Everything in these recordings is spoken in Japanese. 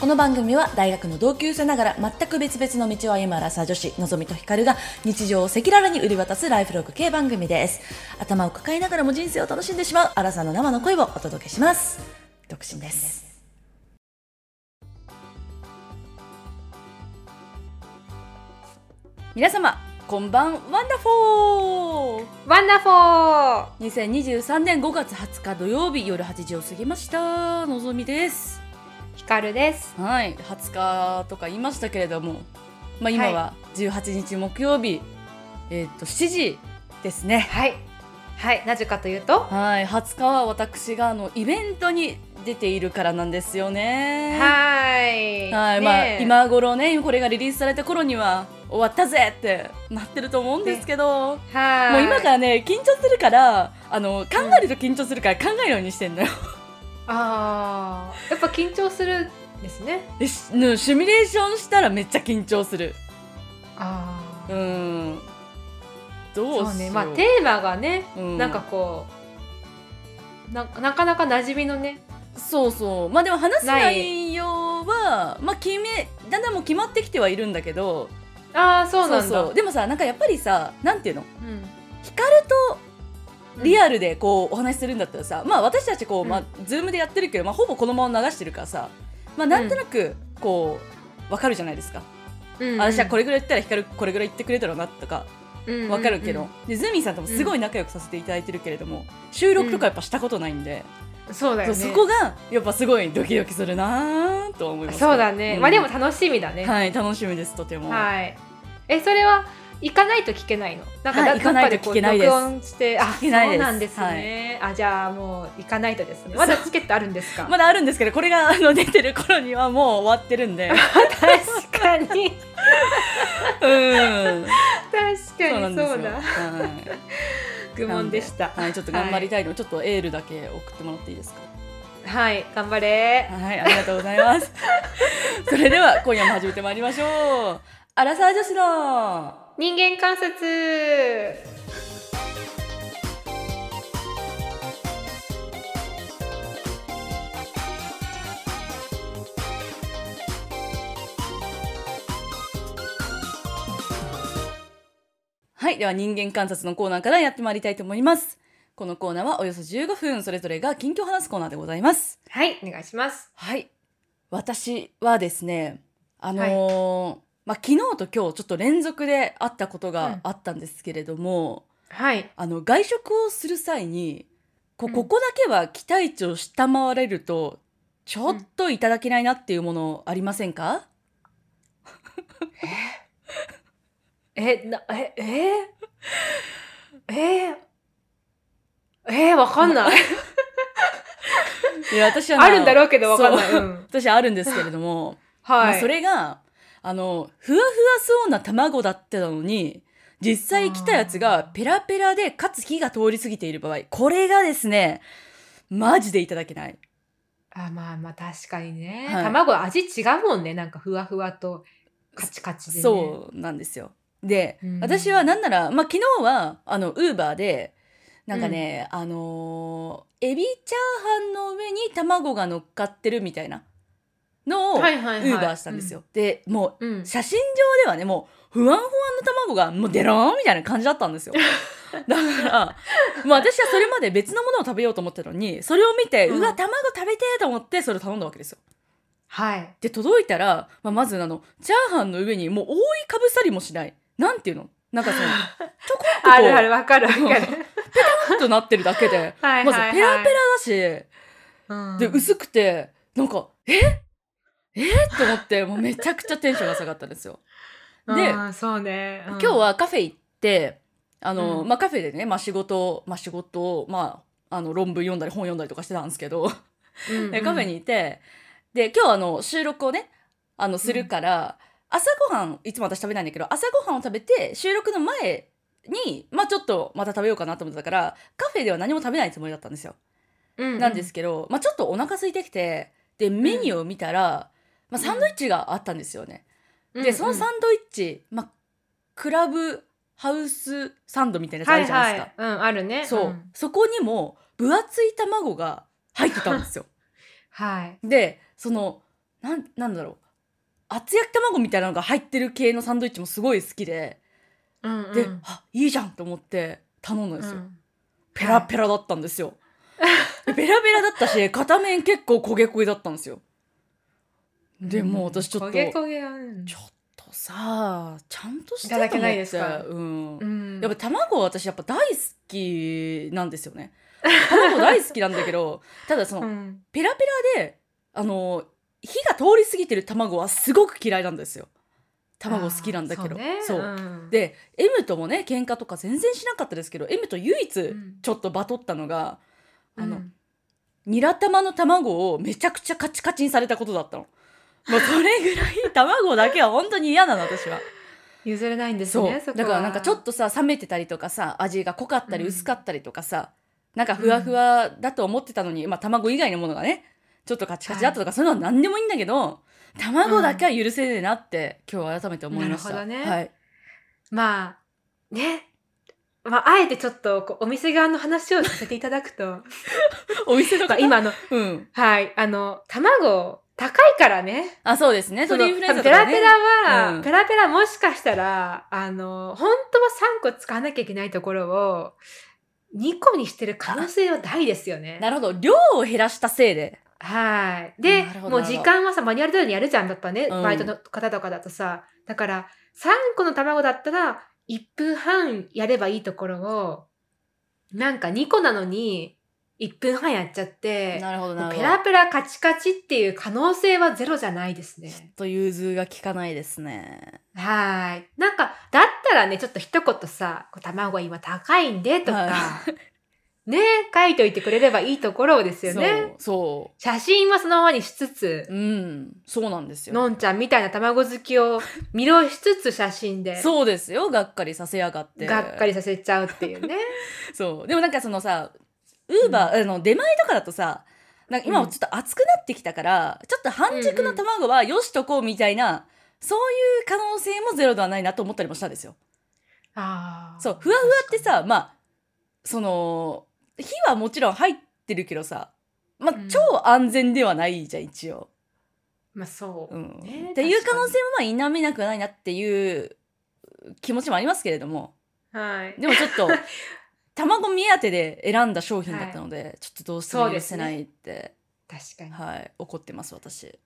この番組は大学の同級生ながら全く別々の道を歩むアラサー女子のぞみとひかるが日常を赤裸々に売り渡すライフログ系番組です頭を抱えながらも人生を楽しんでしまうアラサーの生の声をお届けします独身です皆様こんばんワンダフォーワンダフォー2023年5月20日土曜日夜8時を過ぎましたのぞみですヒカルですはい20日とか言いましたけれどもまあ今は18日木曜日、えっと7時ですねはいはいなぜかというとははい20日は私があのイベントに出ているからなんですよねーいはい、まあねえ今頃ねこれがリリースされた頃には終わったぜってなってると思うんですけど、はーいもう今からね緊張するからあの考えると緊張するから考えるようにしてんのよ、あーやっぱ緊張するんですねでしうんシミュレーションしたらめっちゃ緊張するあうーんどうしようそうねまあテーマがねうんなんかこうななかなか馴染みのねそうそうまあでも話すない内容はまあ決めだんだんもう決まってきてはいるんだけどああそうなんだそうでもさなんかやっぱりさなんていうのうん光とリアルでこうお話しするんだったらさ、まあ私たちこう、うんまあ、ズームでやってるけど、まあ、ほぼこのまま流してるからさ、まあ、なんとなくこうわかるじゃないですか、うんうん私はこれぐらい言ったら光これぐらい言ってくれたろうなとかれわかるけど、でズーミンさんともすごい仲良くさせていただいてるけれども、収録とかやっぱしたことないんで、そうだよそねうそこがやっぱすごいドキドキするなーとは思いますそうだね、うんまあでも楽しみだねはい楽しみですとても、はい。え、それは行かないと聞けないの。なんか、はいだ行かないと聞けないですどっかでこう録音して、あ、聞けないですそうなんですね。あ、じゃあもう行かないとですね。まだチケットあるんですか。 まだあるんですけどこれがあの出てる頃にはもう終わってるん で確かにうん確そうかなにんですそようだ。はい愚問でした。はい、ちょっと頑張りたいの、でちょっとエールだけ送ってもらっていいですか。はい、頑張れ。はい、ありがとうござい ます。それでは今夜も始めてまいりましょう。アラサー女子の。人間観察。はい、では人間観察のコーナーからやってまいりたいと思います。このコーナーはおよそ15分それぞれが近況を話すコーナーでございます。はい、お願いします。はい、私はですね、あのーまあ昨日と今日ちょっと連続で会ったことがあったんですけれども。はい。あの外食をする際にこうんここだけは期待値を下回れると、ちょっといただけないなっていうものありませんか、え、な、え、え。え。え、わかんない。いや私はあるんだろうけど、わかんない。そううん私はあるんですけれども、まあはい。それがあのふわふわそうな卵だったのに実際来たやつがペラペラでかつ火が通り過ぎている場合これがですねマジでいただけない。あまあまあ確かにね、はい卵は味違うもんねなんかふわふわとカチカチでねそうなんですよ。で、うん私はなんなら、まあ、昨日はあのウーバーでなんかね、あのーエビチャーハンの上に卵が乗っかってるみたいなのをウはーいはいはいバーしたんですよ。でもうん、うんう写真上ではねもう不安不安の卵がもうデローンみたいな感じだったん ですよ。だから、まあ、私はそれまで別のものを食べようと思ってたのにそれを見て、ううんわ卵食べてーと思ってそれを頼んだわけですよ。はいで届いたら、まあ、まずあのチャーハンの上にもう覆いかぶさりもしないなんていうのなんかそ のちょこっとこうあるあるわかるわかるはいパッとなってるだけ ではい、はい、まずペラペラだしでラ、うん、薄くてなんかええと思ってもうめちゃくちゃテンションが下がったんですよ。でうんそうね、うん今日はカフェ行ってあの、うんまあ、カフェでね、まあ、仕事を、まあ、仕事を、まあ、あの論文読んだり本読んだりとかしてたんですけどうんうんでカフェにいて、で今日あの収録をねあのするから、朝ごはんいつも私食べないんだけど朝ごはんを食べて収録の前にまあちょっとまた食べようかなと思ってたからカフェでは何も食べないつもりだったんですよ、ううなんですけど、まあ、ちょっとお腹空いてきてでメニューを見たら、まあ、サンドイッチがあったんですよね、でそのサンンドイッチ、まあ、クラブハウスサンドみたいなやつあるじゃないですか、はいはい、うんあるねそう、んそこに も分厚い卵が入ってたんですよはいでそのなんなんだろう厚焼き卵みたいなのが入ってる系のサンドイッチもすごい好きで、うんうん、であいいじゃんと思って頼んだんですよ、うんペラペラだったん ですよでペラペラだったし片面結構焦げ焦げだったんですよでもう私ちょっと、焦げ焦げはねちょっとさちゃんとしてといただけないですかうんうんやっぱ卵は私やっぱ大好きなんですよ ね卵大好きなんだけどただその、うんペラペラであの火が通り過ぎてる卵はすごく嫌いなんですよ卵好きなんだけどあーそうそう,、ねうん、で M ともね喧嘩とか全然しなかったですけど M と唯一んちょっとバトったのが、あのうんニラ玉の卵をめちゃくちゃカチカチにされたことだったのもうそれぐらい卵だけは本当に嫌なの私は譲れないん ですそうねそこだはからなんかちょっとさ冷めてたりとかさ味が濃かったり薄かったりとかさ、なんかふわふわだと思ってたのに、まあ卵以外のものがねちょっとカチカチだったとか、そういうのは何でもいいんだけど卵だけは許せねえなって、今日改めて思いましたなるほどねはい、まあねまあ、あえてちょっとこうお店側の話をさせていただ くとお店となんかか今あのうんはいあの卵高いからねあそうですねそトのリュフレーズペとかラねペラは、うんペラペラもしかしたら、あの、本当は3個使わなきゃいけないところを、2個にしてる可能性は大ですよね。なるほど量を減らしたせいではい。なでるほ、どもう時間はさ、マニュアル通りにやるじゃん、やっぱね、うんバイトの方とかだとさ。だから、3個の卵だったら、1分半やればいいところを、なんか2個なのに、1分半やっちゃって、なるほどもなうるペほラどペラカチカチっていう可能性はゼロじゃないですね。と融通が効かないですねはーい。なんか、だったらね、ちょっと一言さ、こう卵今高いんでとか、はね、書いといてくれればいいところですよね。そう写真はそのままにしつつそ、ううんそうなんですよのんちゃんみたいな卵好きを見ろしつつ写真で、そうですよがっかりさせやがってがっかりさせちゃうっていう ね。そうでもなんかそのさウーバー、あの出前とかだとさなんか今うんちょっと暑くなってきたから、ちょっと半熟の卵はよしとこうみたいな、そういう可能性もゼロではないなと思ったりもしたんですよ。あーそうふわふわって、さまあその火はもちろん入ってるけどさ、まあうん超安全ではないじゃん一応、まあそうう。んねっていう可能性も確かまあ否めなくはないなっていう気持ちもありますけれども。にはい。でもちょっ と卵目当てで選んだ商品だったので、ちょっとどうしても許せないって、確かに。はい怒ってます私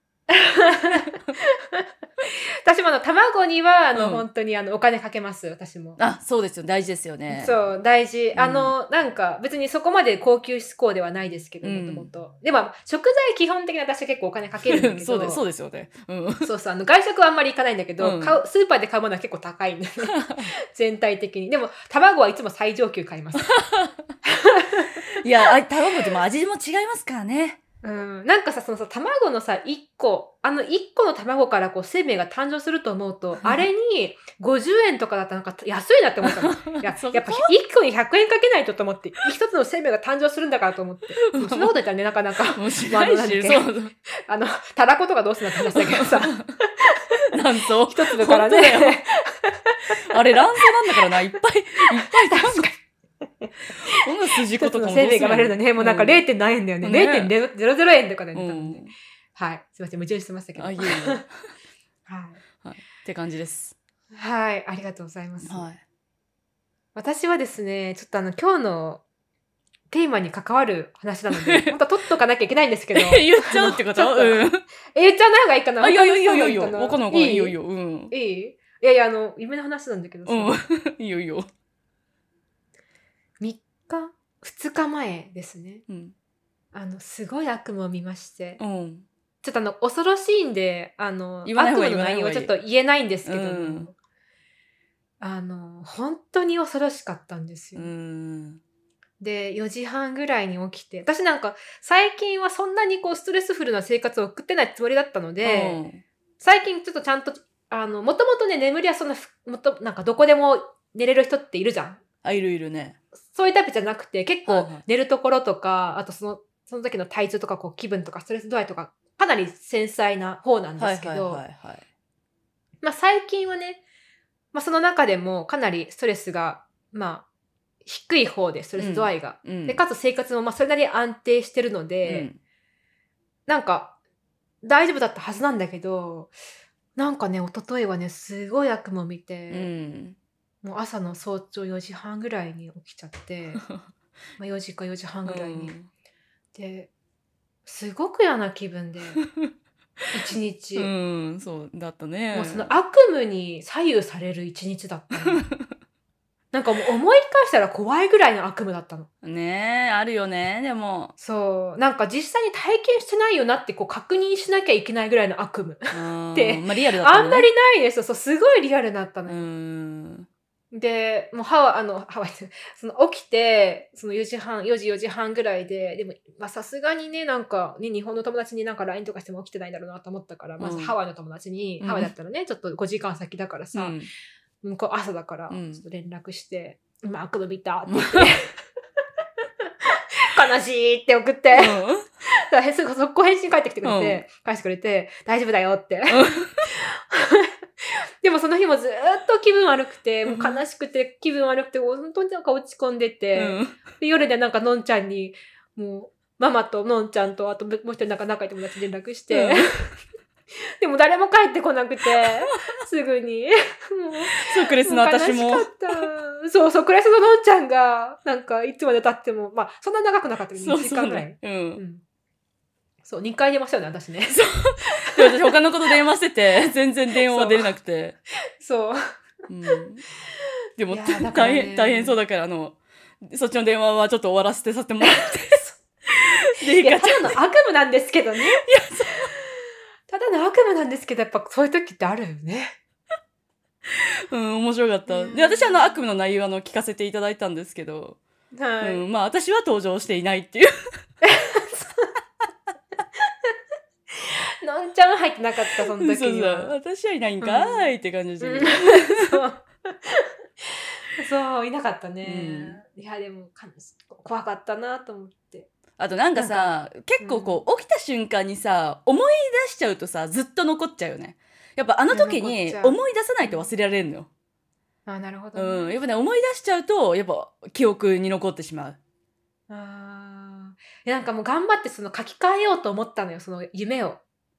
私もあの、卵には、あの、うん本当にあの、お金かけます、私も。あそうですよ大事ですよねそう、大事。んあの、なんか、別にそこまで高級志向ではないですけど、うんもともと。でも、食材基本的に私は結構お金かけるんだけ ど、そうですそううですよねうんそうそうあの外食はあんまり行かないんだけうど、ん買うスーパーで買うものは結構高いんだよ ね全体的に。でも、卵はいつも最上級買います。いやあ卵でも味も違いますからねうん。なんかさ、そのさ、卵のさ、1個、あの1個の卵からこう生命が誕生すると思うと、あれに50円とかだったらなんか安いなって 思ったの。いやそこやっぱ1個に100円かけないとと思って、1つの生命が誕生するんだからと思って。うんそんなこと言ったらね、なかなか。 もうしまあなあのいなんだっしけそうそうあの、たらことかどうすんだって 話だけどさ、 卵巣一粒か本ら当だよね。あれ卵巣なんだからないっ ぱいいっぱい卵こんな筋子一つとかのも生命が生まれるのね、もうなんかうん 0. 何円だよね。ね0.00円とかで、ねう多分んね、はい。すいません、矛盾してましたけど。あはいいえい。えって感じですはい、ありがとうございます。はい私はですね、ちょっとあの、今日のテーマに関わる話なので、 本当は取っとかなきゃいけないんですけど、え言っちゃうってことちょっ とうん言っちゃわない方がいいかなあいやいやいやいやいやわかんなわかんないわかんないいいよいいようんいいいいやいや、あの、夢の話なんだけどさ、3うん。いい よいいよ。日、2日前ですね。うん。あの、すごい悪夢を見まして、うん。ちょっとあの、恐ろしいんで、あの、言わない悪方が夢いいの内容言わない方がはちいょいっと言えないんですけど、うんあの、本当に恐ろしかったんですよ。うん。で、4時半ぐらいに起きて、私なんか、最近はそんなにこう、ストレスフルな生活を送ってないつもりだったので、最近ちょっとちゃんと、あの、もともとね、眠りはそんなふ、もっと、なんかどこでも寝れる人っているじゃん。あ、いるいるね。そういうタイプじゃなくて、結はい構はい寝るところとか、あとその、その時の体調とか、こう、気分とか、ストレス度合いとか、かなり繊細な方なんですけど、いはい。まあ最近はね、まあその中でもかなりストレスが、まあ低い方でストレス度合いが。うんで、かつ生活もまあそれなりに安定してるので、うんなんか、大丈夫だったはずなんだけど、なんかね、一昨日はね、すごい悪夢を見うて、ん。もう朝の早朝4時半ぐらいに起きち ゃって、まあ4時か4時半ぐらいに。で、すごく嫌な気分で、 一日、うん、そうだったね。もうその悪夢に左右される一日だったのなんかもう思い返したら怖いぐらいの悪夢だったの。ねえ、あるよね、で も。そう。なんか実際に体験してないよなってこう確認しなきゃいけないぐらいの悪夢。うんでまあリアルだったあのんねまりないですよ。そう、すごいリアルだったのうよ。ん。で、もうハワイ、あの、ハワイって、 その起きて、その4時半、4時4時半ぐらいで、でも、まあさすがにね、なんか、ね、日本の友達になんか LINE とかしても起きてないんだろうなと思ったから、まずうんハワイの友達に、うんハワイだったらね、ちょっと5時間先だからさ、うん向こう朝だから、うんちょっと連絡して、今悪夢見たって言って、 悲しいって送って、だからすぐ速攻返信返ってきてくれて、返してくれて、大丈夫だよって。でもその日もずーっと気分悪くて、もう悲しくて気分悪くて、本当になんか落ち込んでて、うんで夜でなんかのんちゃんに、もう、ママとのんちゃんと、あともう一人なんか仲いい友達に連絡して、うんでも誰も帰ってこなくて、すぐに。もうそうクレスの私も悲し。かった。そうそう、クラスののんちゃんが、なんか、いつまで経っても、まあ、そんな長くなかったけど、そう2時そ間うぐらい。ね。うんう。んそう、2回出ましたよね、私 ね。で私他のこと電話してて、 全然電話は出れなくて。そう。うん、でもいやーだから大ね変、大変そうだから、あの、そっちの電話はちょっと終わらせてさせてもら って。で、いいかや、ちたゃんだの悪夢なんですけどね。ただの悪夢なんですけど、やっぱそういう時ってあるよね。うん、面白かった。うんで、私、あの、悪夢の内容、あの、聞かせていただいたんですけど、はい。うん、まあ、私は登場していないっていう。のんちゃんは入ってなかった、そのそう 時そうには。私はいないんかーいって感じで、うん そう。そう、いなかったね。いや、でも、悲し怖かったなと思って。あとなんかさ結構こう起きた瞬間にさ思い出しちゃうとさずっと残っちゃうよねやっぱあの時いにや残っちゃう思い出さないと忘れられんのよ、あ、なるほどね、うん、やっぱね思い出しちゃうとやっぱ記憶に残ってしまうあーいやなんかもう頑張ってその書き換えようと思ったのよ、その夢を。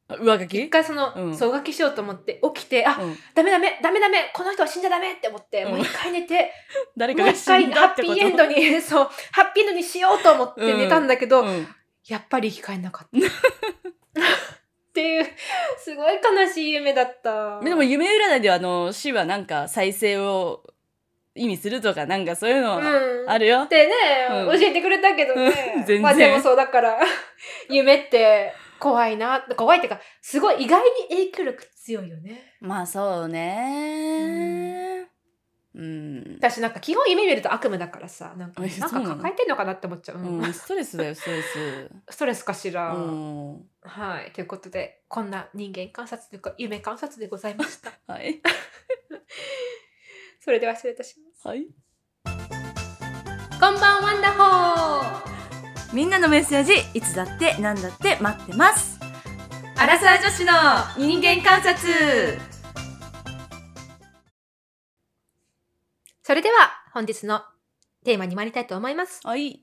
あ上書き一回その、うんそう浮気しようと思って起きて、あ、うん、ダメダメ、ダメダメ、この人は死んじゃダメって思って、うんもう一回寝て、 誰かもうが一死回んだハっッてピこーとエンドに、 そう、ハッピーエンドにしようと思って寝たんだけど、うんやっぱり生き返んなかった。っていう、すごい悲しい夢だった。でも夢占いではあの死はなんか再生を意味するとかなんかそういうのはうん、あるよっ、てね、うん教えてくれたけどねうん。全然まあでもそうだから、 夢って怖いな、怖いっていうか、すごい意外に影響力強いよね。まあそうねうん、私なんか基本夢見ると悪夢だからさ、なんかえなそうんかなの抱えてんのかなって思っちゃう。うんうん、ストレスだよストレスストレスかしら。うんはい。ということで、こんな人間観察というか、夢観察でございました。はい それでは失礼いたしはいます。こんばんワンダホーみんなのメッセージいつだって何だって待ってますアラサー女子の人間観察それでは、本日のテーマに参りたいと思います。はい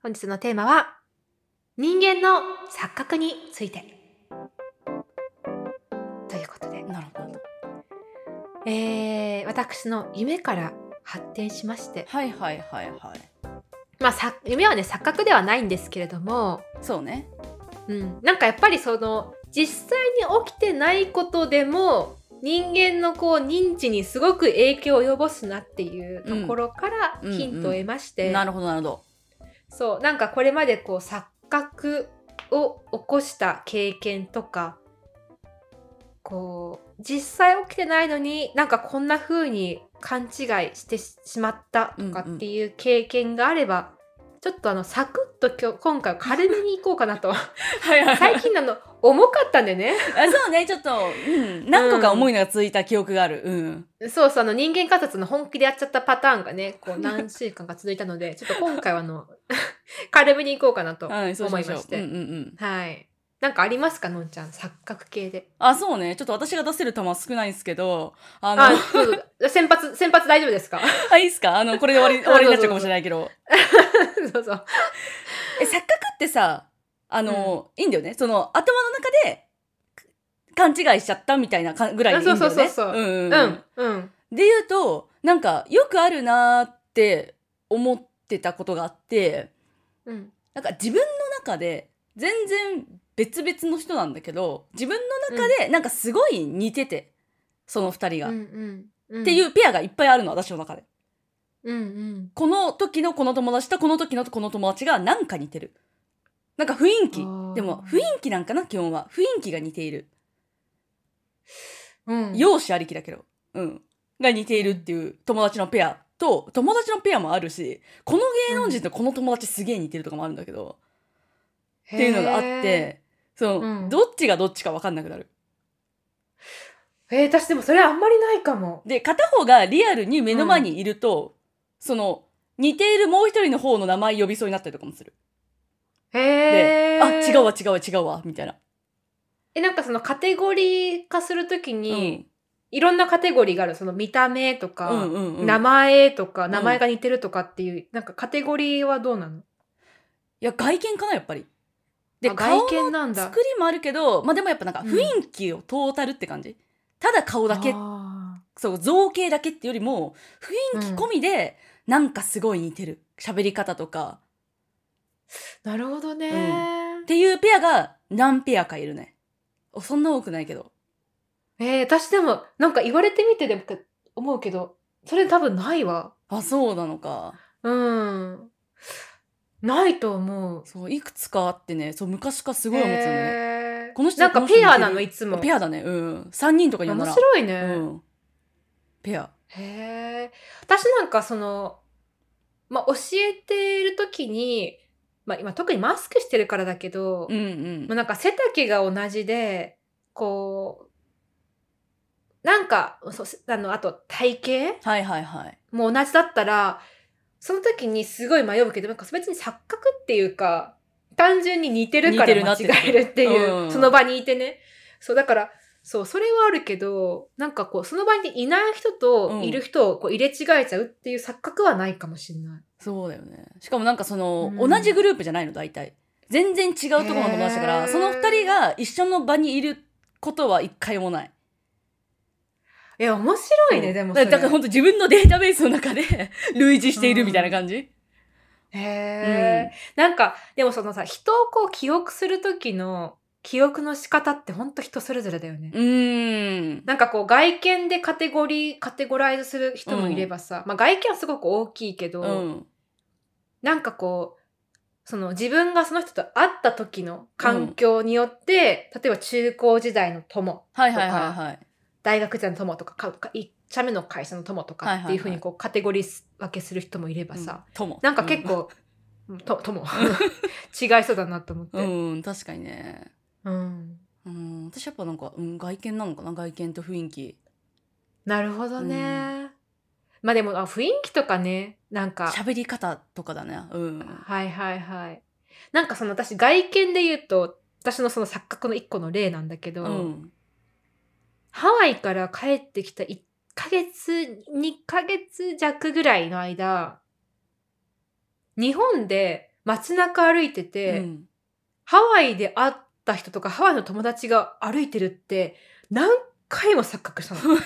本日のテーマは、人間の錯覚について。ということで、なるほどえー、私の夢から発展しまして、はいはいはいはいまあ、さ夢はね、錯覚ではないんですけれども、そうねうん、なんかやっぱりその実際に起きてないことでも人間のこう認知にすごく影響を及ぼすなっていうところからうんヒントを得まして、なるほどなるほどそうなんかこれまでこう錯覚を起こした経験とかこう実際起きてないのになんかこんな風に勘違いしてしまったとかっていう経験があれば、ちょっとあのサクッと今日今回は軽めにいこうかなと。はいはい最近なの重かったんでねあそうねちょっと、うん、何個か重いのがついた記憶があるうんそうそうあの人間観察の本気でやっちゃったパターンがねこう何週間か続いたのでちょっと今回はあの 軽めにいこうかなと思はいいそうしまましょうしうて、んうんうんはいなんかありますかのんちゃん錯覚系であそうねちょっと私が出せる球は少ないんですけどあのあどう ぞ先発先発大丈夫ですか あいいっすかあのこれ で終わり終わりになっちゃうかもしれないけどどうぞえ錯覚ってさあの、いいんだよね。その、頭の中で、か勘違いしちゃったみたいなかぐらいでいいんだよね。。あそうそうそうそうんうんうん、うん。で言うと、なんか、よくあるなーって思ってたことがあって、うん。なんか自分の中で、全然別々の人なんだけど、自分の中で、なんかすごい似てて、その二人うが、んっうん。。ていううペアがいっぱいあるの、私の中で。うんうん。この時のこの友達とこの時のこの友達がなんか似てる。なんか雰囲気あ。ーでも雰囲気なんかな、基本は。雰囲気が似ている。うん。容姿ありきだけど。うん。が似ているっていう友達のペアと、友達のペアもあるし、この芸能人とこの友達すげえ似てるとかもあるんだけど、てっていうのがあっ。て、その、うんどっちがどっちかわかんなくなる。えー、私でもそれあんまりないかも。で、片方がリアルに目の前にいると、その、似ているもう一人の方の名前呼びそうになったりとかもする。へえ。あ、違うわ、。違うわ、違うわ、みたいな。え、なんかそのカテゴリー化するときうに、ん。いろんなカテゴリーがある。その見た目とか、うんうんうん、名前とか、ん名前が似てるとかっていう、なんかカテゴリーはどうなのいや外見かなやっぱりであ顔外の見なんだ作。りもあるけどまあでもやっぱなんか雰囲気をトータルって感じ、ただ顔だけあそう造形だけってよりも雰囲気込みでなんかすごい似てる喋り方とかーなるほどね、っていうペアが何ペアかいるねおそんな多くないけどえー、私でも、なんか言われてみてでも思うけど、それ多分ないわ。あそうなのかうん。ないと思う。そういくつかあってねそう昔からすごい思ってたのねへーこの人なんかこの人ペ似てるアなの、いつも。ペアだねうん3人とか呼んだ面ら白いね。うん、ペアへえ。私なんかその、まあ、教えている時に、まあ、今特にマスクしてるからだけど、うんもううんなんか背丈が同じで、こう、なんか、そうせあの、あと体型はいはいはいも同じだったら、その時にすごい迷うけど、なんか別に錯覚っていうか、単純に似てるか似てらるな間って違えるっていう、うんその場にいてね。そう、だから、そう、それはあるけど、なんかこう、その場にいない人うんといる人をこう入れ違えちゃうっていう錯覚はないかもしれない。そうだよね。しかもなんかその、うん同じグループじゃないの、大体。全然違うところの友達だかへら、ーその二人が一緒の場にいることは一回もない。いや、面白いね、うんでもそだれ。だから本当自分のデータベースの中で 類似しているみたいな感じ、へえ、なんか、でもそのさ、人をこう記憶する時の記憶の仕方ってほんと人それぞれだよね。うーん。なんかこう外見でカテゴリー、カテゴライズする人もいればさ、まあ外見はすごく大きいけど、うん。なんかこう、その自分がその人と会った時の環境によって、例えば中高時代の友、はいはいはいはい。大学時代の友とか、かか一社目の会社の友とかっていうふうにこうカテゴリー分けする人もいればさ、うんとも。なんか結構、と、とも、 違いそうだなと思って。うん、うん、確かにね。うんうん、私やっぱなんか、うん、外見なのかな外見と雰囲気。なるほどね。うまあでもあ雰囲気とかねなんか喋り方とかだね。うん。はいはいはいなんかその私外見で言うと私のその錯覚の一個の例なんだけど、うん。ハワイから帰ってきた1ヶ月2ヶ月弱ぐらいの間日本で街中歩いてうて、ん。ハワイで会った人とかハワイの友達が歩いてるって何回も錯覚した の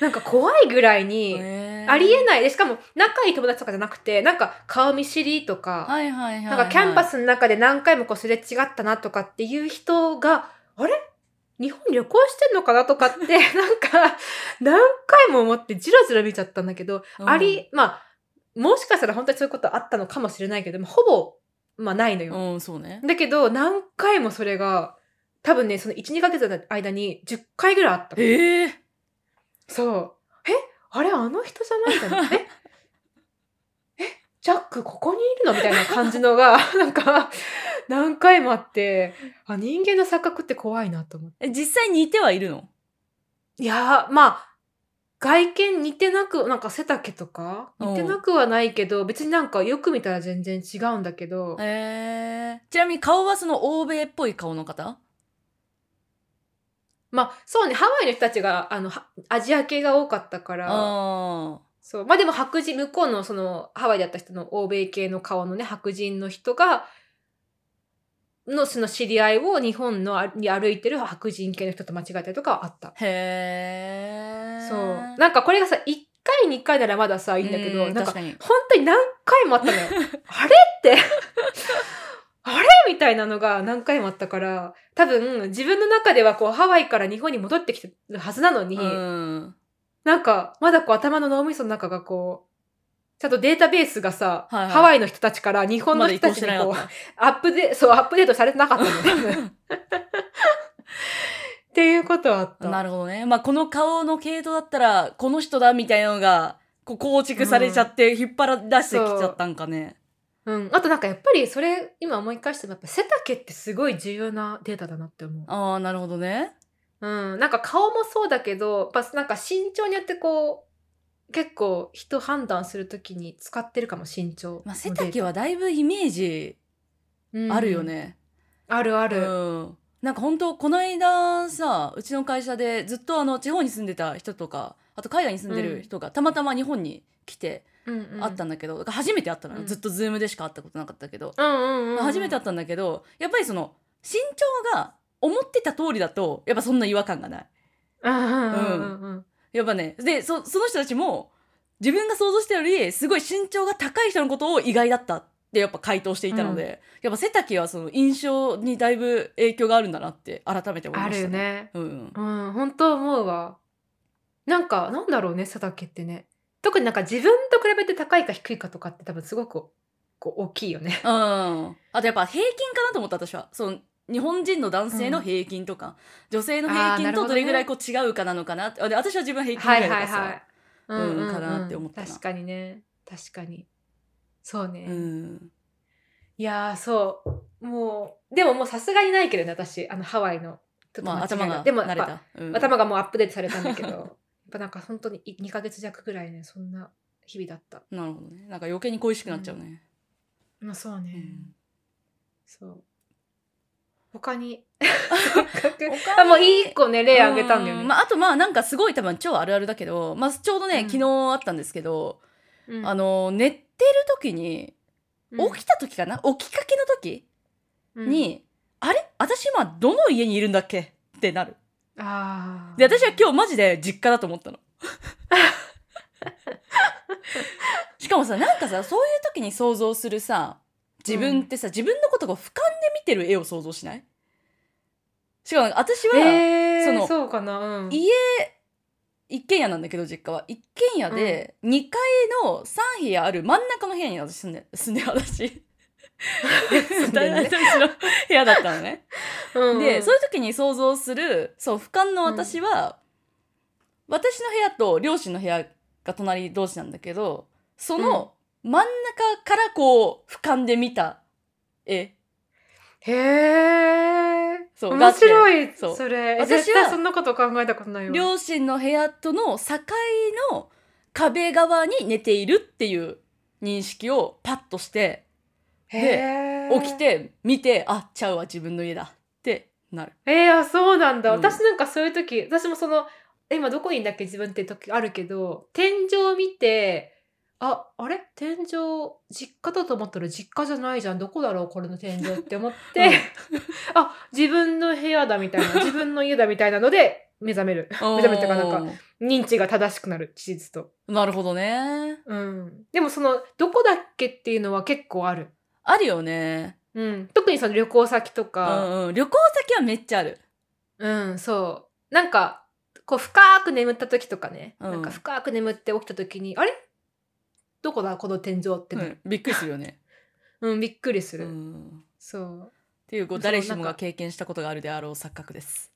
なんか怖いぐらいに、ありえないでしかも仲いい友達とかじゃなくてなんか顔見知りとか、はいはいはい、はい。なんかキャンパスの中で何回もこうすれ違ったなとかっていう人があれ日本旅行してんのかなとかって なんか何回も思ってじらじら見ちゃったんだけど、うんありまあもしかしたら本当にそういうことあったのかもしれないけどまあほぼ、まあ、ないのよ。うん、そうね。だけど何回もそれが多分ねその12ヶ月の間に10回ぐらいあったの。ええそう。えあれあの人じゃないかなえ えジャックここにいるのみたいな感じのが、 なんか、何回もあって、あ、人間の錯覚って怖いなと思って。え実際似てはいるのいやー、まあ、外見似てなく、なんか背丈とかうん似てなくはないけど、別になんかよく見たら全然違うんだけど、えー、ちなみに顔はその欧米っぽい顔の方まあ、そうね、ハワイの人たちが、あの、はアジア系が多かったから、あそう。まあでも白人、向こうのそのハワイであった人の欧米系の顔のね、白人の人が、のその知り合いを日本のあに歩いてる白人系の人と間違えたりとかはあった。へえ。そう。なんかこれがさ、1回2回ならまださ、いいんだけど、うなんか確かに。本当に何回もあった のよ。あれって。あれみたいなのが何回もあったから、多分自分の中ではこうハワイから日本に戻ってきてるはずなのに、うん。なんかまだこう頭の脳みその中がこう、ちゃんとデータベースがさ、はいはいハワイの人たちから日本のまだ移人た行ちしてになこかう、った。アップデート、そう、アップデートされてなかったのね。っていうことはあっ た。なるほどね。まあ、この顔の系統だったら、この人だみたいなのが、こう構築されちゃって、引っ張ら出してきちゃったんかね。うん。あとなんかやっぱりそれ、今思い返してもやっぱ背丈ってすごい重要なデータだなって思う。ああ、なるほどね。うん。なんか顔もそうだけど、やっぱなんか身長によってこう、結構人判断するときに使ってるかも、身長のデータ。まあ、背丈はだいぶイメージあるよね。うん。あるあうる。ん。なんか本当この間さうちの会社でずっとあの地方に住んでた人とかあと海外に住んでる人がたまたま日本に来てうんうん会ったんだけど、だから初めて会ったのよ、うんずっとズームでしか会ったことなかったけど、うんうんうんうん。初めて会ったんだけどやっぱりその身長が思ってた通りだとやっぱそんな違和感がないうんうんうんうんやっぱねでそその人たちも自分が想像したよりすごい身長が高い人のことを意外だったってやっぱ回答していたので、やっぱ背丈はその印象にだいぶ影響があるんだなって改めて思いあまるしよたね。ね。うんうん、本当思うわ。なんか、なんだろうね、佐竹ってね。特になんか自分と比べて高いか低いかとかって多分すごくこう大きいよね。うん、あとやっぱ平均かなと思った私はその日本人の男性の平均とか、女性の平あーな均るほとどどねれぐらいこう違うかなのかなってで私は自分平均ぐはらいいだかはらさ、いはい。うんうんうんかなって思ったな確かにね。確かに。そうね。うん、いやー、そう。もう、でももうさすがにないけどね、私、あの、ハワイの。ちょっとまあ間違い頭ないがでもや慣っれぱ、た、うん頭がもうアップデートされたんだけど、や っぱなんか本当に2ヶ月弱ぐらいね、そんな日々だった。なるほどねなんか余計に恋しくなっちゃうね、まあそうね。うんそう。他に。 他にあ、もういい個ね、例あげたんだようね。まあ、あとまあなんかすごい多分超あるあるだけど、まあ、ちょうどね、うん昨日あったんですけど、うんあの寝てる時に起きた時かな、起きかけの時うんに、あれ私今どの家にいるんだっけってなるうんああ。で私は今日マジで実家だと思った のしかもさなんかさそういう時に想像するさ自分ってさ、自分のことを俯瞰で見てる絵を想像しないしかもなんか私は、えー、そそのうかな。うん。家一軒家なんだけど実家は一軒家で2階の3部屋ある真ん中の部屋に私住んで住んでる 私住んでるね私の部屋だったのねうんでそういう時に想像するそう俯瞰の私は、私の部屋と両親の部屋が隣同士なんだけどその真ん中からこう俯瞰で見た絵へえ。そう面白い、そそうれ。私は絶対そんなこと考えたことないよ。両親の部屋との境の壁側に寝ているっていう認識をパッとしてへー起き。て見てあちゃうわ自分の家だってなる。 えー、あそうなんだ。うん私なんかそういう時、私もその、え今どこにいんだっけ自分って時あるけど、天井を見て、あ、あれ天井、実家だと思ったら実家じゃないじゃん。どこだろうこれの天井って思っ て、うん あ、自分の部屋だみたい な、自分の家だみたいなので、目覚める。目覚めたかなんか認知が正しくなる、事実と。なるほどね。うん。でもその、どこだっけっていうのは結構ある。あるよね。うん。特にその旅行先とうか、んうん、旅行先はめっちゃある。うん、そう。なんか、こう深く眠った時とかね、うんなんか深く眠って起きた時に、あれどこだこの天井ってなる。うんびっくりするよ ね。うん、びっくりすうる。ん、そう。っていうこうそう誰しもながんか経験したことがあるであろう錯覚 です。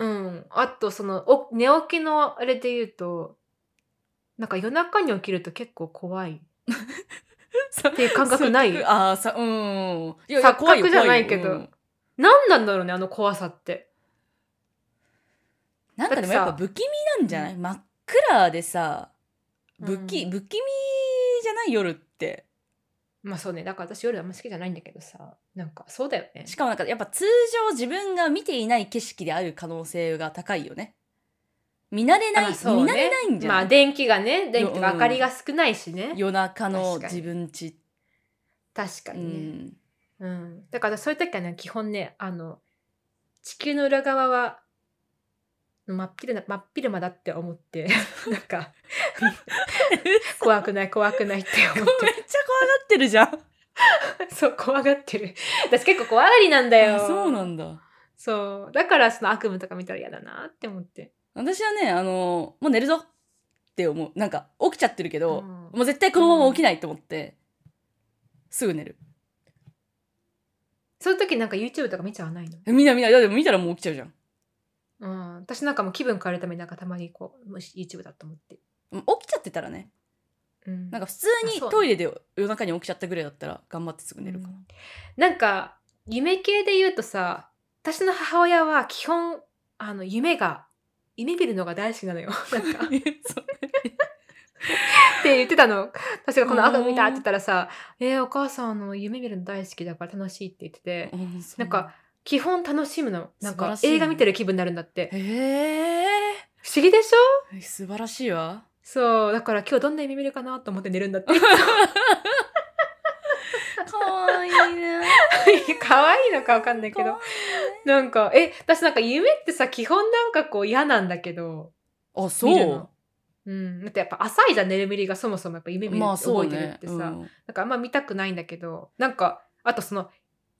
うん。あと、その、お寝起きのあれで言うと、なんか夜中に起きると結構怖いっていう感覚 ない錯覚ああさうん。いや錯覚じゃないけどうん何なんだろうね、あの怖さって。なんかでもやっぱ不気味なんじゃない真っ暗でさ不気,、うん不気味じゃない夜ってまあそうね、だから私夜あんま好きじゃないんだけどさ、なんかそうだよね。しかもなんかやっぱ通常自分が見ていない景色である可能性が高いよね見慣れない、あ見そうね慣れないんじゃまない、あ電気がね、電気とかうん明かりが少ないしね。夜中の確かに自分ち、確かうにね。ん、 うん。だからそういう時はね、基本ね、あの、地球の裏側は、真っ昼な、真っ昼間だって思って、 なんか、怖くない、怖くないって思っめっちゃ怖がってる じゃん。て、そう、怖がってる。私結構怖がりなんだよ。あそうなんだ。そう。だからその悪夢とか見たら嫌だなって思って。私はね、あのもう寝るぞって思う。なんか、起きちゃってるけど、うんもう絶対このまま起きないと思って、すぐ寝る。そういう時なんか YouTube とか見ちゃわないのえみんなみんな、だって見たらもう起きちゃうじゃん。うん。私なんかもう気分変えるためになんかたまにこう、もし YouTube だと思って。起きちゃってたらね、うん。なんかか普通あにそうトイレで夜中に起きちゃったぐらいだったら、頑張ってすぐ寝るかな。なんか、夢系で言うとさ、私の母親は基本、あの、夢が、夢見るのが大好きなのよ。 なんか、そっうて言ってたの。私がこの赤見たうってん言ったらさ、えー、お母さんあの夢見るの大好きだから楽しいって言ってて、うん そう なんか、基本楽しむの。なん素晴からしいね映画見てる気分になるんだって。へえ。不思議でしょ素晴らしいわ。そう、だから今日どんな夢見るかなと思って寝るんだって。かわいいね。 可愛いの かわかんないけど。なんか、え、私なんか夢ってさ、基本なんかこう嫌なんだけど、あ、見るそのうん。だってやっぱ浅いじゃん、寝るみりがそもそもやっぱ夢う。見るまあってそ覚うえてるねっ。てさ、うなんんかあんま見たくないんだけど、なんか、あとその、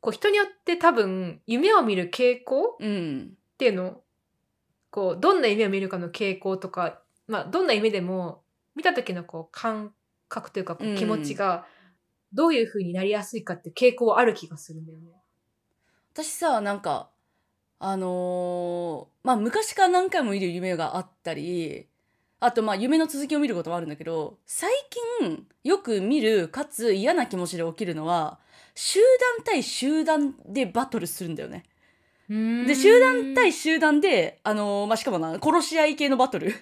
こう人によって多分、夢を見る傾向っうん。ていうの、こう、どんな夢を見るかの傾向とか、まあ、どんな夢でも、見た時のこう、感覚というか、こううん気持ちが、どういう風になりやすいかって傾向はある気がするんだよね。私さ、なんか、あのーまあ昔から何回も見る夢があったり、あとまあ夢の続きを見ることもあるんだけど、最近よく見るかつ嫌な気持ちで起きるのは、集団対集団でバトルするんだよね。でで集団対集団で、あのーまあ、しかもな殺し合い系のバトル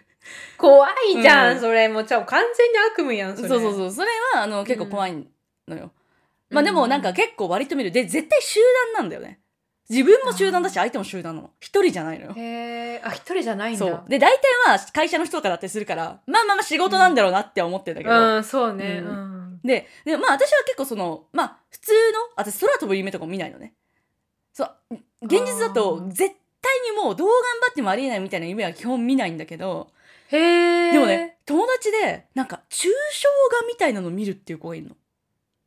怖いじゃん、うんそれもうじゃあ完全に悪夢やんそそれうそううそうそれはあの結構怖いのよ、まあでもなんか結構割と見るで絶対集団なんだよね自分も集団だし相手も集団なの一人じゃないのよへえあ一人じゃないんだそうで大体は会社の人とかだったりするからまあまあまあ仕事なんだろうなって思ってんだけど、うんそうねううんん、ででまあ私は結構そのまあ普通の私空飛ぶ夢とかも見ないのねそう現実だとあー絶対にもうどう頑張ってもありえないみたいな夢は基本見ないんだけどへえでもね、友達で、なんか、抽象画みたいなの見るっていう子がいるの。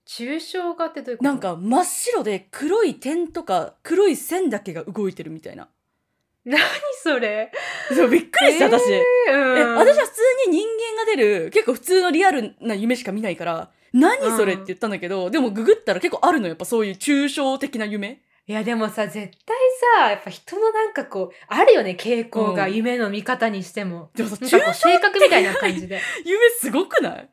抽象画ってどういうことなんか、真っ白で黒い点とか、黒い線だけが動いてるみたいな。何それ、そう、びっくりした、えー私。え、うん私は普通に人間が出る、結構普通のリアルな夢しか見ないから、何それって言ったんだけど、でもググったら結構あるのよ、やっぱそういう抽象的な夢。いやでもさ絶対さやっぱ人のなんかこうあるよね傾向が、うん夢の見方にしてもでもさ、なん抽かこう性格みたいな感じで、 夢すごくない、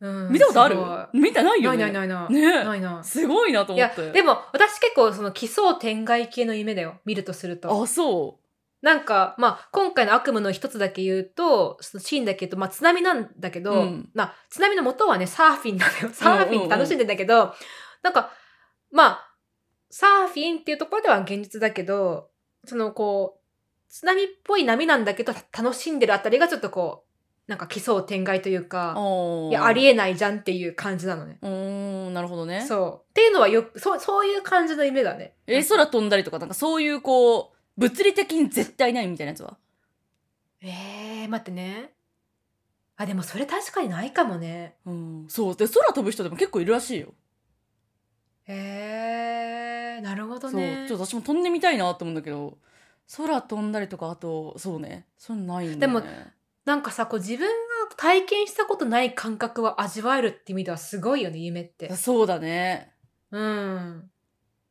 うん見たことあする見たないごいよなね。いないないない、ねないなすごいなとい思やって。でも私結構その奇想天外系の夢だよ見るとするとあ、そなんか、まあ、今回の悪夢の一つだけ言うと、そのシーンだけ言うと、まあ、津波なんだけど、うんな津波の元はね、サーフィンなのよ。サーフィンって楽しんでんだけど、なんか、まあ、サーフィンっていうところでは現実だけど、そのこう、津波っぽい波なんだけど、楽しんでるあたりがちょっとこう、なんか奇想天外というう。か、おーいや、ありえないじゃんっていう感じなのね。うーん、なるほどね。そう。っていうのはよく、そう、そういう感じの夢だね。えー空飛んだりとか、なんかそういうこう、物理的に絶対ないみたいなやつは。えー、待ってね。あ、でもそれ確かにないかもね。うん。そう。で、空飛ぶ人でも結構いるらしいよ。へえー、なるほどね。そう。ちょっと私も飛んでみたいなと思うんだけど、空飛んだりとか、あと、そうね。そういうのないんだよ、ね。でなんかさ、こう自分が体験したことない感覚を味わえるって意味ではすごいよね、夢っていや。そうだね。うん。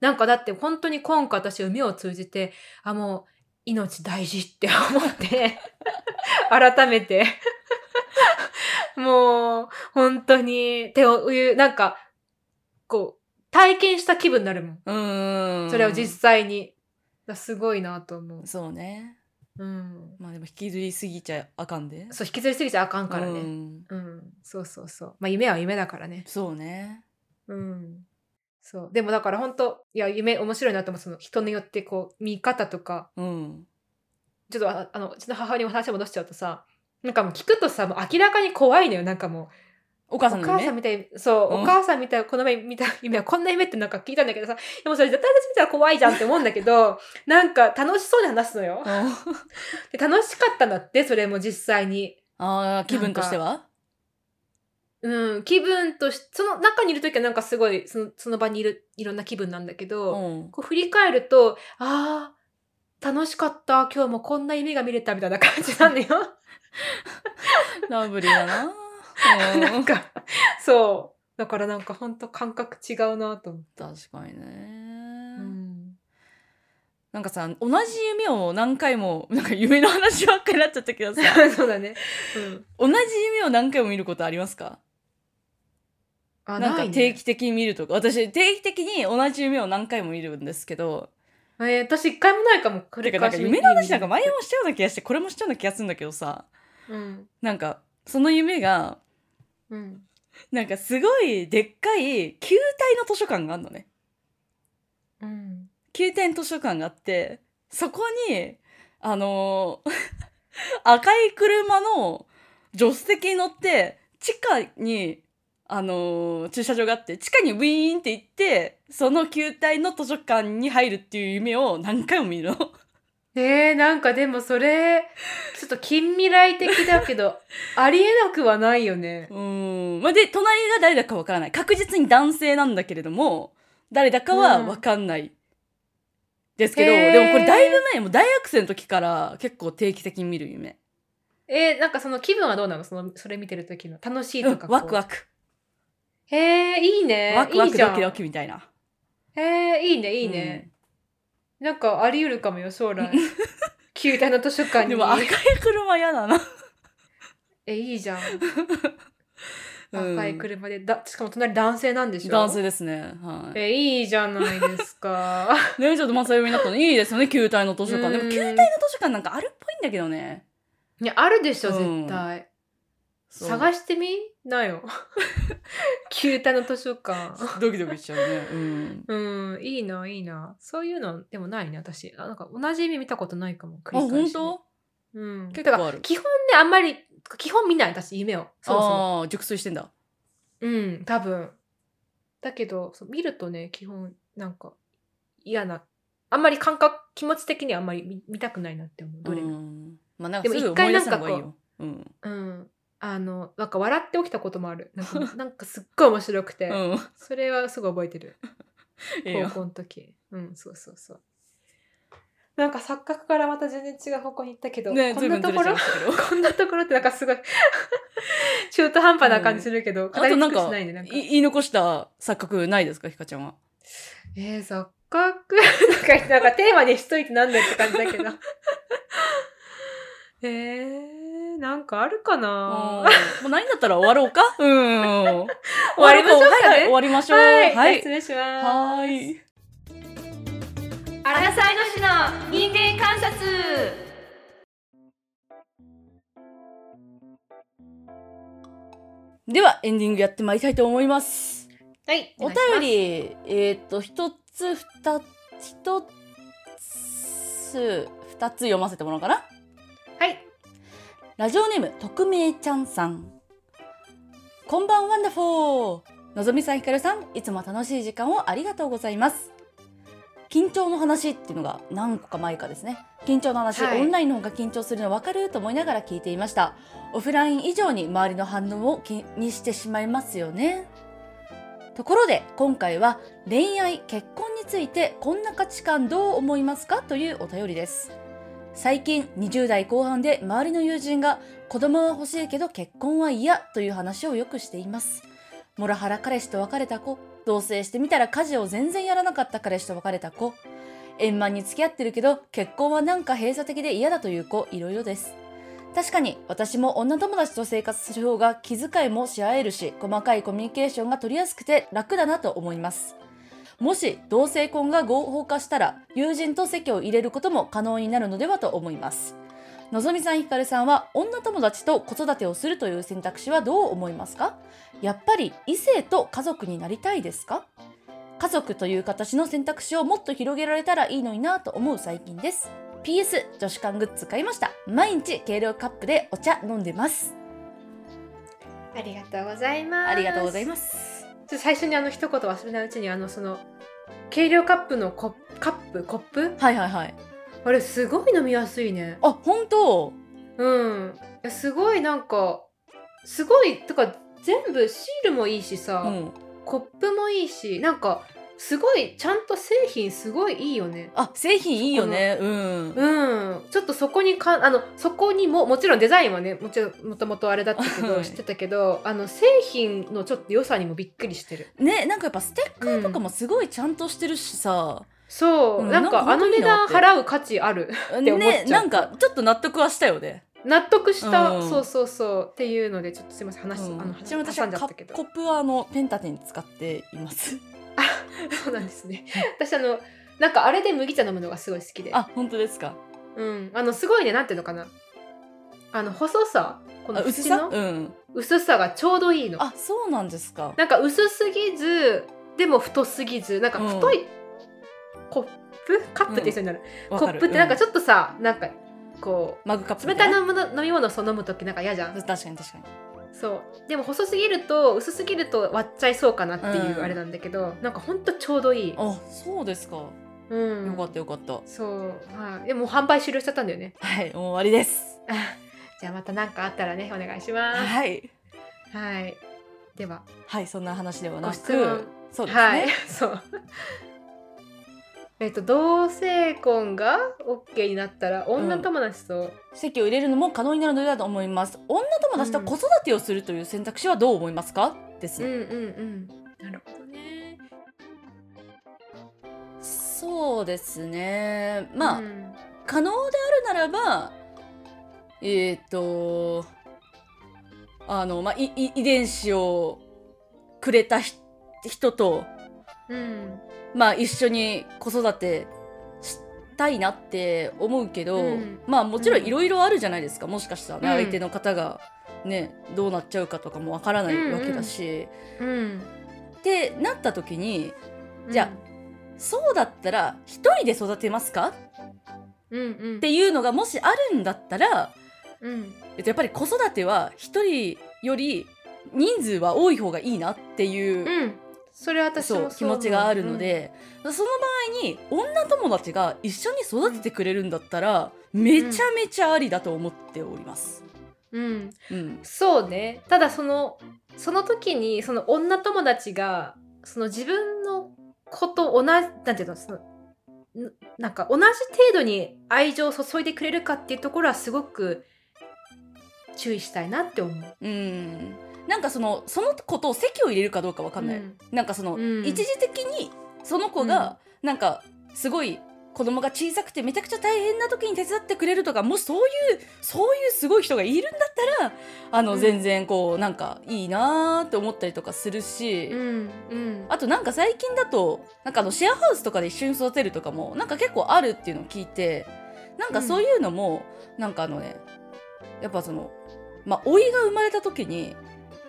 なんかだって本当に今回私夢を通じて、あ、もう命大事って 思って、改めて。 もう、本当に、手を、いう、なんか、こう、体験した気分になるもん。うーん。それを実際に。だすごいなと思う。そうね。うん。まあでも引きずりすぎちゃあかんで。そう、引きずりすぎちゃあかんからうね。ん。うん、そうそうそう。まあ、夢は夢だからね。そうね。うん。そう。でもだから本当いや、夢面白いなと思う。その人によってこう、見方とか、うん。ちょっとああの、うちの母親にも話を戻しちゃうとさ、なんかもう聞くとさ、もう明らかに怖いのよ。なんかもう、お母おさんの母さんね。みたい、そう、うんお母さんみたい、この前見た 夢はこんな夢ってなんか聞いたんだけどさ、でもそれ絶対私見たら怖いじゃんって思うんだけど、なんか楽しそうに話すのよ。うんで楽しかったんだって、それも実際に。ああ、気分としてはうん、気分とし、その中にいる時はなんかすごい、そのその場にいる、いろんな気分なんだけど、うん。こう振り返ると、ああ、楽しかった、今日もこんな夢が見れたみたいな感じなんだよ。ラブリーだな。うん なんか、そう。だからなんかほんと感覚違うなと思って。確かにね、うんなんかさ同じ夢を何回もなんか夢の話ばっかりになっちゃったけどさ そうだね。う同ん。じ夢を何回も見ることありますかあなんかいね定期的に見るとか私定期的に同じ夢を何回も見るんですけどえー、私一回もないかも。てかなんか夢の話なんか前もしちゃうような気がしてこれもしちゃうような気がするんだけどさうん。なんかその夢がうん。なんかすごいでっかい球体の図書館があるのねうん。球体の図書館があってそこにあのー 赤い車の助手席に乗って地下にあのー駐車場があって地下にウィーンって行ってその球体の図書館に入るっていう夢を何回も見るの えー、なんかでもそれ、ちょっと近未来的だけ ど、ありえなくはないよねう。ーん、まあ、で隣が誰だかわからない確実に男性なんだけれども誰だかはわかんない、ですけどへーでもこれだいぶ前もう大学生の時から結構定期的に見る夢えー、なんかその気分はどうなのその、それ見てる時の。楽しいとかこう。ワクワクえー、いいね。ワクワいいクじゃドんキドキみたいな。えー、いいね、いいね。なんかあり得るかもよ、将来。球体の図書う館ん。に。でも赤い車嫌だな。え、いいじゃん。うん赤い車で。だしかも隣男性なんでしょ男性ですね。はい。え、いいじゃないです か。ねちょっと正夢になったのいいですよね、球体の図書館。でもうん球体の図書館なんかあるっぽいんだけどね。いや、あるでしょ、うん絶対。そう探してみ なよ。球体の図書館。ドキドキしちゃうね。うん。うん、いいな、いいな。そういうの、でもないね、私。あなんか、同じ夢見たことないかも。あ、本当当うん。結だか構あらる基本ね、あんまり、基本見ない、私、夢を。そもそも。ああ、熟睡してんだ。うん、多分。だけど、そう見るとね、基本、なんか、嫌な、あんまり感覚、気持ち的にはあんまり見見たくないなって思う、どれうも。ん。まあなんかすでぐも一思回いな出んせかばこういいよ。うん。うん。あの、なんか笑って起きたこともある。なんか、 なんかすっごい面白くて、うん。それはすごい覚えてる。いいよ高。校の時。うん、そうそうそう。なんか錯覚からまた全然違う方向に行ったけど、ねこずいんぶんなずとれこちゃいろま、したけど。こんなところってなんかすごい中途半端な感じするけど、あとなん か、語り尽くしないいね、なんか言い残した錯覚ないですか、ひかちゃんは。えー、錯覚 なんか、なんかテーマにしといてなんだよって感じだけど。 えー、なんかあるかもなう何だったら終わろうかうん。 終わりましょうはいかねはい終わりましょう。はい、ははいい、。失礼しまはい。す。アラサイの市の人間観察では、エンディングやってまいりたいと思います。はい、お便り、えーっと、一つ、二つ、一つ、二つ読ませてもらおうかな。はい。ラジオネーム、匿名ちゃんさん。こんばんワンダフォーのぞみさん、ひかるさん、いつも楽しい時間をありがとうございます。緊張の話っていうのが何個か前かですね。緊張の話、はいオンラインの方が緊張するの分かると思いながら聞いていました。オフライン以上に周りの反応を気にしてしまいますよね。ところで今回は恋愛結婚についてこんな価値観どう思いますかというお便りです最近20代後半で周りの友人が子供は欲しいけど結婚は嫌という話をよくしていますモラハラ彼氏と別れた子同棲してみたら家事を全然やらなかった彼氏と別れた子円満に付き合ってるけど結婚はなんか閉鎖的で嫌だという子いろいろです確かに私も女友達と生活する方が気遣いもし合えるし細かいコミュニケーションが取りやすくて楽だなと思いますもし同性婚が合法化したら友人と席を入れることも可能になるのではと思いますのぞみさんひかるさんは女友達と子育てをするという選択肢はどう思いますかやっぱり異性と家族になりたいですか家族という形の選択肢をもっと広げられたらいいのになと思う最近です PS 女子館グッズ買いました毎日軽量カップでお茶飲んでますありがとうございます。ありがとうございす。ます。ちょっと最初にあの一言忘れないうちにあのその軽量カップのコカップコップはいはいはい。あれすごい飲みやすいね。あ、本当うん。いやすごいなんかすごいとか全部シールもいいしさ、うん。コップもいいしなんかすごいちゃんと製品すごいいいよね。あ、製品いいよね。うん。うん、ちょっとそこにかあのそこにももちろんデザインはねもちろんもともとあれだったけはどい知ってたけどあの製品のちょっと良さにもびっくりしてるね、なんかやっぱステッカーとかもすごいちゃんとしてるしさ、そう、うんなんかなんかあ本の当いい値な段って払う価値あるって思っちゃねっ、たなんかちょっと納得はしたよね。納得した、うんそうそうそうっていうのでちょっとすいません話、うんあのちなみに私挟はんじゃカったッけプどコップはあのペンタテン使っています。 そうなんですね私あのなんかあれで麦茶飲むのがすごい好きであ、本当ですか。うん、あのすごいねなんていうのかなあの細さこあの薄縁さ？のうん。薄さがちょうどいいのあ、そうなんですか。なんか薄すぎずでも太すぎずなんか太い、コップカップって言いそうになる、わコかるップってなんかうちょっとさ、なんかこマグカップうみ冷たたいいな。飲むの飲み物をそう飲む時なんか嫌じゃん確かに確かに。そうでも細すぎると薄すぎると割っちゃいそうかなっていううんあれなんだけど、なんかほんとちょうどいい、あ、そうですか。ようん、かったよかった。そうはいでもう販売終了しちゃったんだよねはい、もう終わりです。じゃあまた何かあったらねお願いしますはい。はいでははい、そんな話ではなご質問く、そうですね。はい、そう。 えっと同性婚が OK になったら女友達と、席を入れるのも可能になるのではと思います。女友達と子育てをするという選択肢はどう思いますか？ですうん、ね。うんうんなるほどね。そうですね。まあ、うん可能であるならば、えっ、と、あのまあいい遺伝子をくれたひ人とうんまあ一緒に子育てしたいなって思うけど、うんまあもちろんいろいろあるじゃないですか、もしかしたらね、うん相手の方がねどうなっちゃうかとかもわからないわけだし、うんってなった時にうんじゃそうだったら一人で育てますかうんうんっていうのがもしあるんだったら、うんえっと、やっぱり子育ては一人より人数は多い方がいいなっていう。うんそれは私もそう気思う持ちがあるの、で、その場合に女友達が一緒に育ててくれるんだったら、めちゃめちゃありだと思っております。うんうんうん、そうねただそのその時にその女友達がその自分の子と同じなんていうのそのんなんか同じ程度に愛情を注いでくれるかっていうところはすごく注意したいなって思う。うん、なんかそのその子と席を入れるかどうかわかんない、うんなんかその、うん一時的にその子がなんかすごい子供が小さくてめちゃくちゃ大変な時に手伝ってくれるとかもしそういうそういうすごい人がいるんだったらあの、うん全然こうなんかいいなーって思ったりとかするし。うんうんあとなんか最近だとなんかあのシェアハウスとかで一緒に育てるとかもなんか結構あるっていうのを聞いてなんかそういうのも、なんかあのねやっぱそのまあ老いが生まれた時に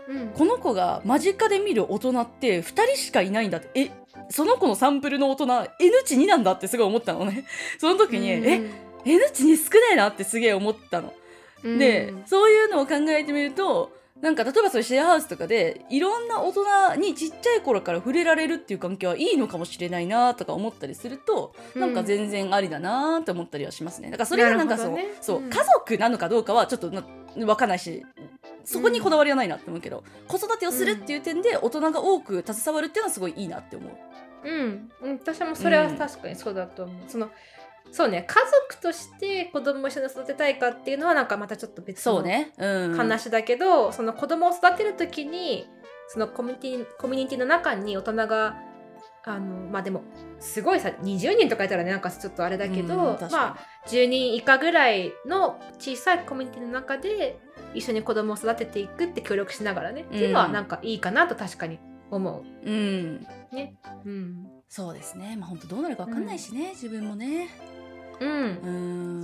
うんこの子が間近で見る大人って2人しかいないんだってえその子のサンプルの大人 N 値2なんだってすごい思ったのね その時に、え N 値2少ないなってすげえ思ったの。うんで、うんそういうのを考えてみるとなんか例えばそういうシェアハウスとかでいろんな大人にちっちゃい頃から触れられるっていう環境はいいのかもしれないなとか思ったりすると、なんか全然ありだなと思ったりはしますね。だからそれがなんかそう,、なるほどねそううん家族なのかどうかはちょっとな分かんないしそこにこだわりはないなって思うけど、子育てをするっていう点で大人が多く携わるっていうのはすごいいいなって思う。うん、うん、私もそれは確かにそうだと思う。そのそうね家族として子供を一緒に育てたいかっていうのはなんかまたちょっと別のそうね、うん、話だけど、その子供を育てる時にそのコミュニティコミュニティの中に大人があのまあでもすごいさ20人とかいたらねなんかちょっとあれだけど、うん確かにまあ10人以下ぐらいの小さいコミュニティの中で一緒に子供を育てていくって協力しながらね、っていうのはうんなんかいいかなと確かに思うん、うね。うん、そうですね。まあ本当どうなるか分かんないしね、自分もね。うんう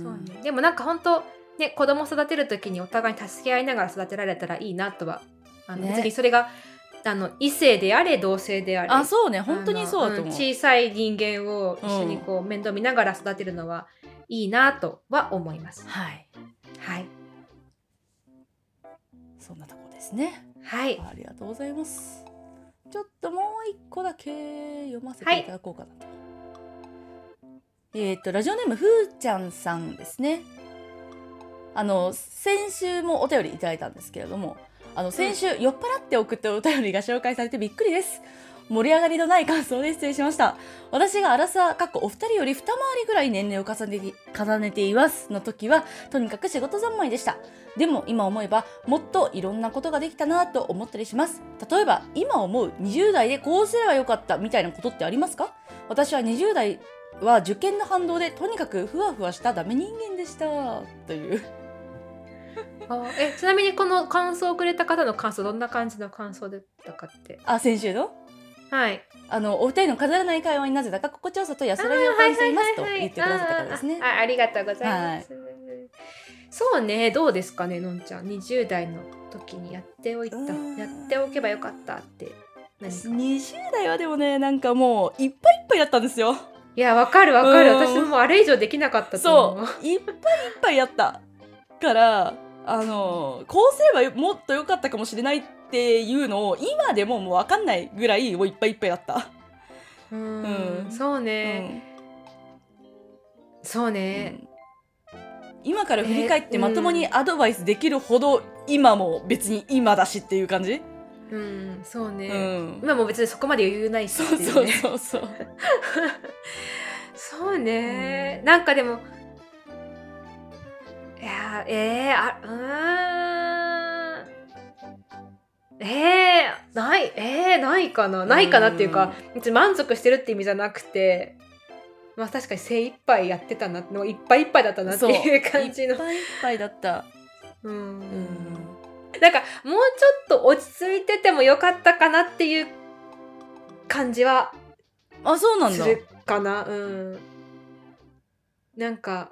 ん、そうね、でもなんか本当ね子供育てる時にお互い助け合いながら育てられたらいいなとはあの、ね別にそれがあの異性であれ同性であれあそうね本当にそうだとあの思んう。小さい人間を一緒にこう、面倒見ながら育てるのはいいなとは思いますはいはいそんなとこですね。はい。ありがとうございます。ちょっともう一個だけ読ませていただこうかなと。えっ、と、ラジオネーム、ふーちゃんさんですね。あの、先週もお便りいただいたんですけれども、あの、先週、酔っ払って送ったお便りが紹介されてびっくりです。盛り上がりのない感想で失礼しました。私が荒沢、かっこお二人より二回りぐらい年齢を重ねて重ねていますの時は、とにかく仕事三昧でした。でも今思えばもっといろんなことができたなと思ったりします例えば今思う20代でこうすればよかったみたいなことってありますか私は20代は受験の反動でとにかくふわふわしたダメ人間でしたというあえちなみにこの感想をくれた方の感想どんな感じの感想だったかって。あ先週のはい。あのお二人の飾らない会話になぜだか心地よさと安らぎを感じていますと言ってくださったからですねあーあありがとうございます。そうね、どうですかね、のんちゃん。20代の時にやっておいた、うんやっておけばよかったって。何か20代はでもねなんかもういっぱいいっぱいだったんですよいや、わかるわかる。うん私もあれ以上できなかったとそ思う。ういっぱいいっぱいやったからあのこうすればもっと良かったかもしれないっていうのを今でももう分かんないぐらいもういっぱいいっぱいだった、ううんん、そうね、そうね。うん今から振り返っえてーまともにアドバイスできるほど今も別に今だしっていう感じ、うん、そうね。うん、今も別にそこまで余裕ないしそっうていそうねそうそうそうね、うんなんかでもいやーえー、あうーんえー、ないえー、ないかなないかなっていうか、別に満足してるって意味じゃなくてまあ確かに精一杯やってたなのいっぱいいっぱいだったなってそういう感じのいっぱいいっぱいだった、うんうんなんかもうちょっと落ち着いててもよかったかなっていう感じはあそうなんすだるかなうんなんか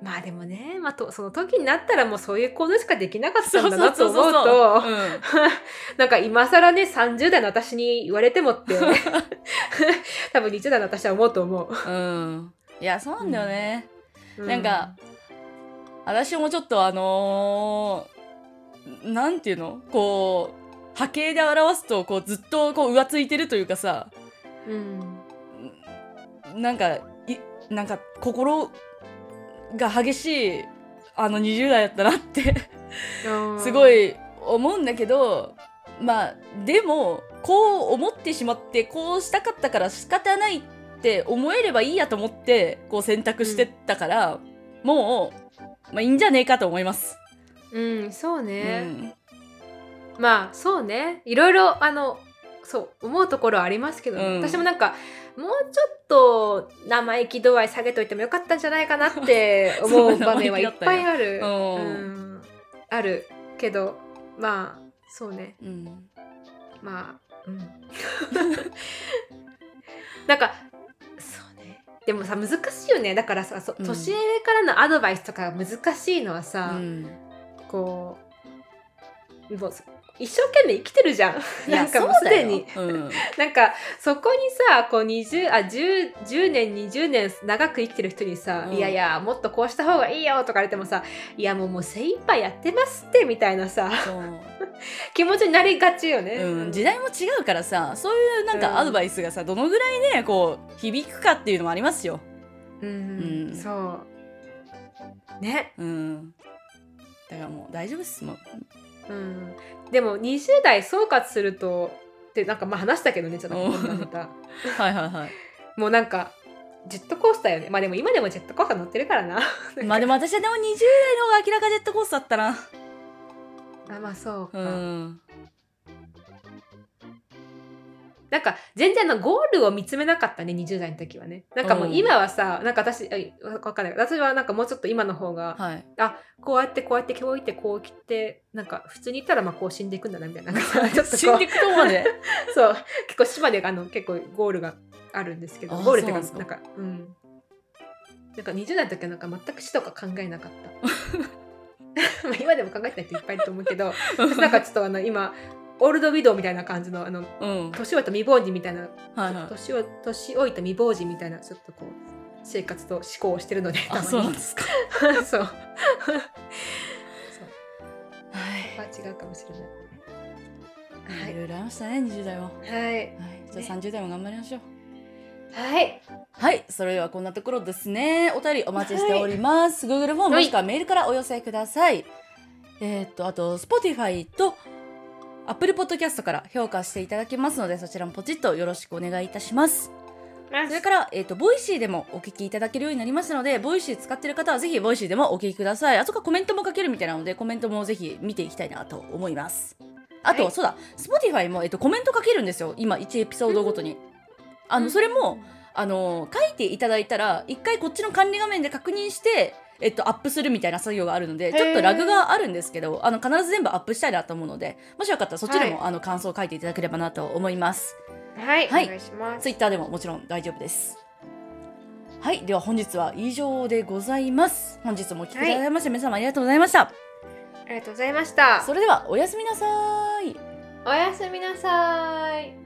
まあでもね、まあ、とその時になったらもうそういう行動しかできなかったんだなと思うそうとそううん なんか今更ね30代の私に言われてもって 多分20代の私は思うと思うんいやそうなんだよね、う、うなんか私もちょっとあのーなんていうのこう波形で表すとこうずっとこう浮ついてるというかさうんなんかいなんか心が激しいあの20代だったなってすごい思うんだけどまあでもこう思ってしまってこうしたかったから仕方ないって思えればいいやと思ってこう選択してったから、もう、まあ、いいんじゃねえかと思います。うんそううね、んまあそうねいろいろあのそう思うところはありますけど、うん私もなんかもうちょっと生意気度合い下げといてもよかったんじゃないかなって そ思うう場面はいっぱいあ生意気る、だったんやうんうんあるけどまあそうねうん、まあ うんなんかそうねでもさ難しいよねだからさそうん年上からのアドバイスとかが難しいのはさ、うんこうもう一生懸命生きてるじゃん。いやなんかもうそうすだでよに。うんなんかそこにさこう20あ 10, 10年20年長く生きてる人にさ「うんいやいやもっとこうした方がいいよ」とか言われてもさ「いやもうもう精一杯やってますって」みたいなさ そう気持ちになりがちよね。うん、時代も違うからさそういうなんかアドバイスがさどのぐらいねこう響くかっていうのもありますよ。うんうんそうね、うん、だからもう大丈夫っすもううん、でも20代総括するとってなんかまあ話したけどねちょっとこんなネタ。はいはいはもうなんかジェットコースターよねまあでも今でもジェットコースター乗って るからない。まあでも私はでも20代の方が明らかジェットコースターだったな。あまあそうか、うん、なんか全然あのゴールを見つめなかったね20代の時はねなんかもううん今はさ、なんか私あいわわかんない私はなんかもうちょっと今の方がはい。こうやってこうやってこういってこう来てなんか普通にいたらまあこう死んでいくんだな みたいななんかちょっとこう死んでいくとこま で。そう結構島であの結構ゴールがあるんですけどあゴールっていうかそうななんんかうんなんか20代の時はなんか全く死とか考えなかっ た まあ今でも考えてない人いっぱいいると思うけど 私なんかちょっとあの今オールドウィドウみたいな感じのあのうん、はい年老いた未亡人みたいな、はい。年を年老いた未亡人みたいなちょっとこう生活と思考をしてるのであそうなんですか。たまに そうはいまあ違うかもしれないはいいろいろありましたね、20代も。ははい。い、じゃあ30代も頑張りましょう。はい。はい、それではこんなところですね。お便りお待ちしております。Google フォームもしくはメールからお寄せください。えーっと、あと、Spotify と Apple Podcast から評価していただきますので、そちらもポチッとよろしくお願いいたします。それから、えーっと、ボイシーでもお聞きいただけるようになりましたので、ボイシー使ってる方はぜひボイシーでもお聞きください。あとかコメントも書けるみたいなので、コメントもぜひ見ていきたいなと思います。あと、はいそうだ、Spotify も、えーっと、コメント書けるんですよ。今、1エピソードごとに。あの、それも、あの書いていただいたら一回こっちの管理画面で確認して、えっと、アップするみたいな作業があるのでーちょっとラグがあるんですけどあの必ず全部アップしたいなと思うのでもしよかったらそっちでも、はあの感想を書いていただければなと思いますはい。はいお願いします。ツイッターでももちろん大丈夫ですはいでは本日は以上でございます本日もお聞きくださいまして、皆様ありがとうございましたありがとうございました。それではおやすみなさーいおやすみなさーい。